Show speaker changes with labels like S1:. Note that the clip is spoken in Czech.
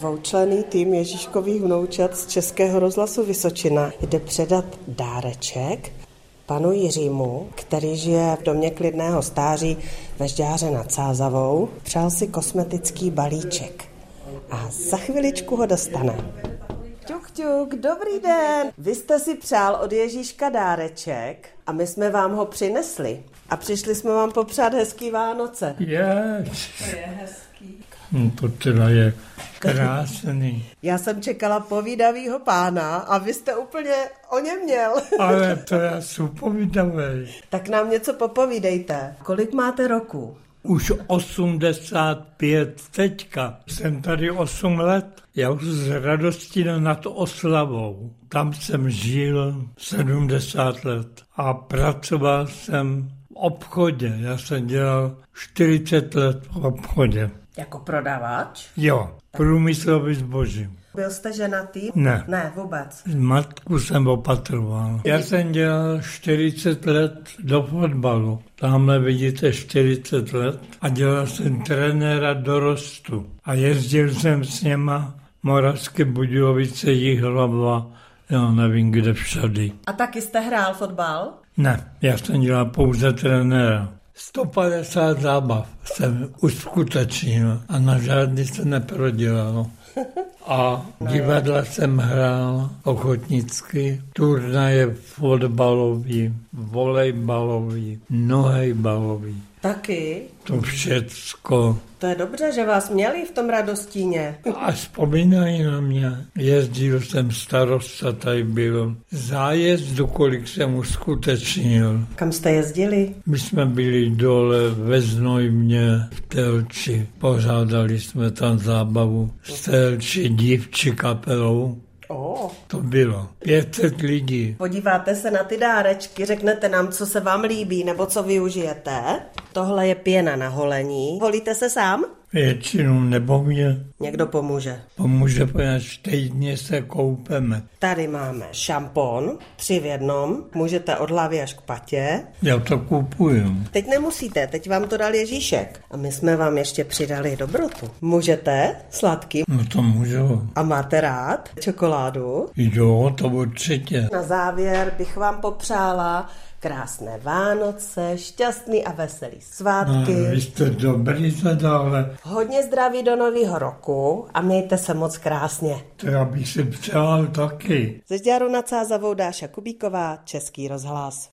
S1: Dvoučlený tým Ježíškových vnoučat z Českého rozhlasu Vysočina jde předat dáreček panu Jiřímu, který žije v domě klidného stáří ve Žďáře nad Sázavou. Přál si kosmetický balíček a za chviličku ho dostane. Ťuk, ťuk, dobrý den. Vy jste si přál od Ježíška dáreček a my jsme vám ho přinesli. A přišli jsme vám popřát hezký Vánoce.
S2: Yes. No, to teda je krásný.
S1: Já jsem čekala povídavýho pána a vy jste úplně o něm měl.
S2: Ale teda jsou povídavé.
S1: tak nám něco popovídejte. Kolik máte roku?
S2: Už 85 teďka. Jsem tady 8 let. Já už s radostí nad oslavou. Tam jsem žil 70 let a pracoval jsem v obchodě. Já jsem dělal 40 let v obchodě.
S1: Jako prodávač?
S2: Jo, průmyslový zboží.
S1: Byl jste ženatý?
S2: Ne.
S1: Ne, vůbec.
S2: Matku jsem opatroval. Já jsem dělal 40 let do fotbalu. Tamhle vidíte 40 let a dělal jsem trenéra dorostu. A jezdil jsem s něma Moravské Budějovice, Jihlava, já nevím kde všady.
S1: A taky jste hrál fotbal?
S2: Ne, já jsem dělal pouze trenéra. 150 zábav jsem uskutečnil a na žádný se neprodělalo. A divadla jsem hrál ochotnicky, turnaje fotbalový, volejbalový, nohejbalový.
S1: Taky.
S2: To všecko.
S1: To je dobře, že vás měli v tom radostíně.
S2: A vzpomínají na mě. Jezdil jsem starosta, tady byl. Zájezdu, kolik jsem uskutečnil.
S1: Kam jste jezdili?
S2: My jsme byli dole ve Znojmě v Telči. Pořádali jsme tam zábavu s Telči dívči kapelou.
S1: O,
S2: To bylo 500 lidí.
S1: podíváte se na ty dárečky, řeknete nám, co se vám líbí nebo co využijete. Tohle je pěna na holení. Holíte se sám?
S2: Většinu nebo mě
S1: Někdo pomůže.
S2: pomůže, poněvadž týdně se koupeme.
S1: Tady máme šampon, tři v jednom, můžete od hlavy až k patě.
S2: Já to kupuju.
S1: Teď nemusíte, teď vám to dal Ježíšek. A my jsme vám ještě přidali dobrotu. Můžete, sladký.
S2: No to můžu.
S1: A máte rád čokoládu?
S2: Jo, to určitě.
S1: Na závěr bych vám popřála krásné Vánoce, šťastný a veselý
S2: No,
S1: svátky.
S2: vy jste dobrý zadále.
S1: Hodně zdraví do nového roku a mějte se moc krásně.
S2: To já bych si přál taky.
S1: Ze Žďáru nad Sázavou Dáša Kubíková, Český rozhlas.